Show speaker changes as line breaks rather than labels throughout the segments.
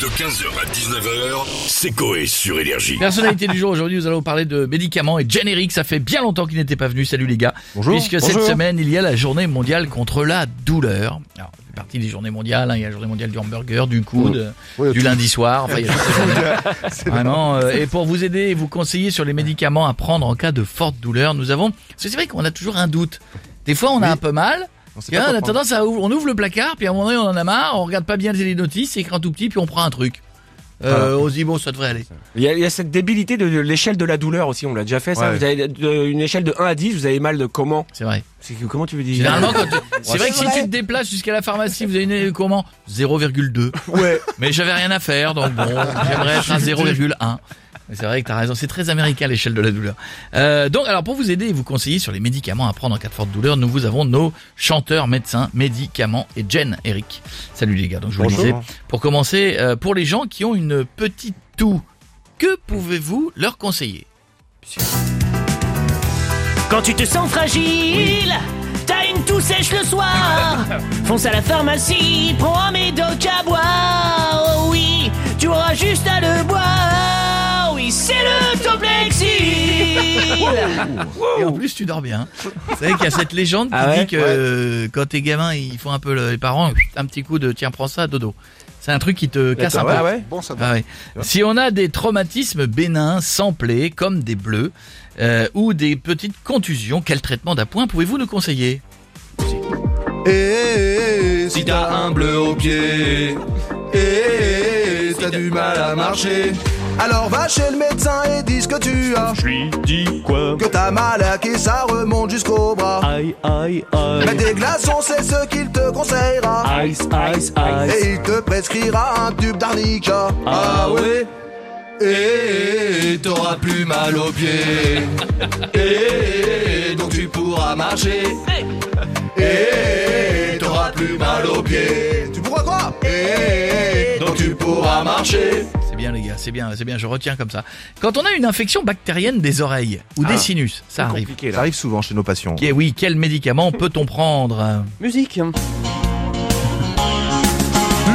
De 15h à 19h, c'est Coé sur Énergie.
Personnalité du jour, aujourd'hui nous allons parler de médicaments et de génériques. Ça fait bien longtemps qu'ils n'étaient pas venus. Salut les gars.
Bonjour.
Puisque cette
Bonjour.
semaine, il y a la journée mondiale contre la douleur. Alors, c'est parti des journées mondiales. hein. Il y a la journée mondiale du hamburger, du coude,
Oui,
du lundi soir. Enfin, il y a toutes ces journées. Vraiment. euh, et pour vous aider et vous conseiller sur les médicaments à prendre en cas de forte douleur, nous avons. Parce que c'est vrai qu'on a toujours un doute. Des fois, on a un peu mal.
On sait
Et
pas
on
quoi
a
prendre.
tendance à ouvre- on ouvre le placard, puis à un moment donné on en a marre, on regarde pas bien les notices, c'est écrit en tout petit, puis on prend un truc. Euh, On se dit bon ça devrait aller.
Il y, a, il y a cette débilité de, de l'échelle de la douleur aussi, on l'a déjà fait ça.
Ouais.
Vous avez de- une échelle de 1 à 10, vous avez mal de comment
C'est vrai.
C'est que- Comment tu veux dire
Généralement quand tu- c'est vrai que si tu te déplaces jusqu'à la pharmacie, vous avez une comment 0,2.
Ouais.
Mais j'avais rien à faire donc bon, j'aimerais être un 0,1. Mais C'est vrai que t'as raison, c'est très américain l'échelle de la douleur. Euh, donc alors pour vous aider et vous conseiller sur les médicaments à prendre en cas de forte douleur, nous vous avons nos chanteurs, médecins, médicaments et Jen, Eric. Salut les gars, donc je vous le disais, Pour commencer, euh, pour les gens qui ont une petite toux, que pouvez-vous leur conseiller
Quand tu te sens fragile, t'as une toux sèche le soir. Fonce à la pharmacie, prends un médoc à boire. Oh oui, tu auras juste à le boire. Oui, c'est le Toplexil.
Et en plus, tu dors bien. Vous savez qu'il y a cette légende qui
Oh. Ah ouais
dit que euh, quand t'es gamin, ils font un peu le- les parents un petit coup de tiens prends ça dodo. C'est un truc qui te casse un peu.
Ah ouais
Bon, ça va.
Ah ouais. Si on a des traumatismes bénins, sans plaies, comme des bleus, euh, ou des petites contusions, quel traitement d'appoint pouvez-vous nous conseiller
Eh, eh, eh, si t'as un bleu au pied, eh, eh, eh, t'as du mal à marcher. Alors va chez le médecin et dis ce que tu as. Je lui dis quoi Que t'as mal à qui ça remonte jusqu'au bras.
Aïe, aïe,
Mais
aïe.
des glaçons, c'est ce qu'il te conseillera.
Ice, ice, ice.
Et il te prescrira un tube d'arnica.
Ah
ouais Et t'auras plus mal aux pieds. Et donc tu pourras marcher. Et t'auras plus mal aux pieds. Tu pourras quoi Et donc tu pourras marcher.
C'est bien les gars, c'est bien, c'est bien, je retiens comme ça. Quand on a une infection bactérienne des oreilles ou des
Ah,
sinus, ça arrive.
compliqué
Ça
là.
arrive souvent chez nos patients.
Ok, oui, quel médicament peut-on prendre
Musique.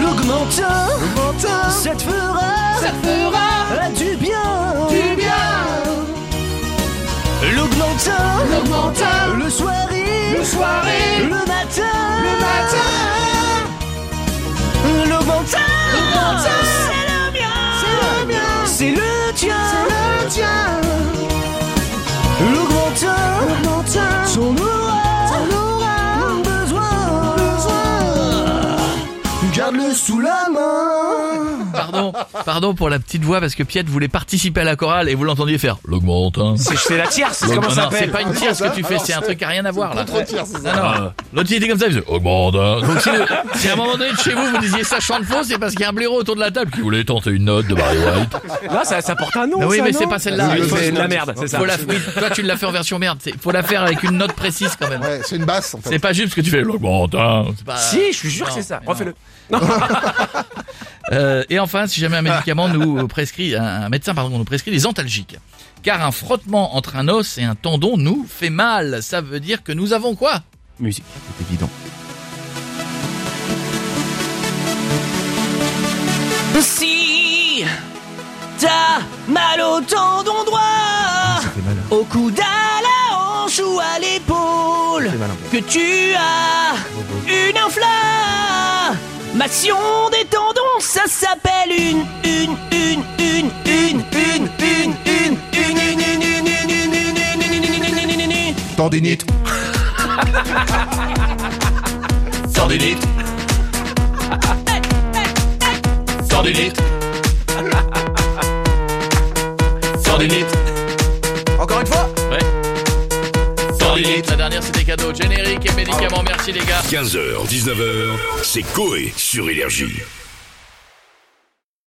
L'augmentin, ça te fera, ah, du bien, du bien. L'augmentin, le soirée, le matin, le matin. L'augmentin, c'est le mien, c'est le mien, c'est le tien, c'est le tien. L'augmentin, son aura, besoin,
Garde-le sous la main.
Pardon, pardon pour la petite voix parce que Piette voulait participer à la chorale et vous l'entendiez faire l'augmentin.
C'est- C'est la tierce, c'est
Non,
comment ça
non, c'est
s'appelle
pas une tierce que tu fais, c'est un truc qui a rien à voir là. Non,
Ah.
non, L'autre il était comme ça, il faisait augmentin. Donc si, si à un moment donné de chez vous vous disiez ça chante faux, c'est parce qu'il y a un blaireau autour de la table qui voulait tenter une note de Barry White.
Là, ça, ça porte un nom.
Ah oui,
ça,
mais
non
c'est pas celle-là.
Oui,
Il
faut-
faut-
c'est de la merde, c'est ça.
Faut la, oui, toi tu l'as fait en version merde, c'est- faut la faire avec une note précise quand même.
c'est une basse en
C'est pas juste parce que tu fais l'augmentin. c'est pas-
Si, je suis sûr que
Non,
c'est ça.
mais non.
Refais-le.
Euh, et enfin, si jamais un médicament nous prescrit, un un médecin pardon, nous prescrit des antalgiques, car un frottement entre un os et un tendon nous fait mal. Ça veut dire que nous avons quoi
Musique.
C'est évident.
Si t'as mal au tendon droit,
fait mal.
au coude, à la hanche ou à l'épaule,
fait mal un peu.
que tu as une inflammation des tendons, ça s'appelle une, une, une, une, une, une, une, une, une, une, une, une, une, une, une, une, une, une, une, une.
Tendinite. Tendinite. Tendinite. Tendinite. Encore une fois.
Ouais. La dernière, c'était cadeau. Générique et médicaments, merci les gars.
15h, 19h, c'est Coé sur Énergie.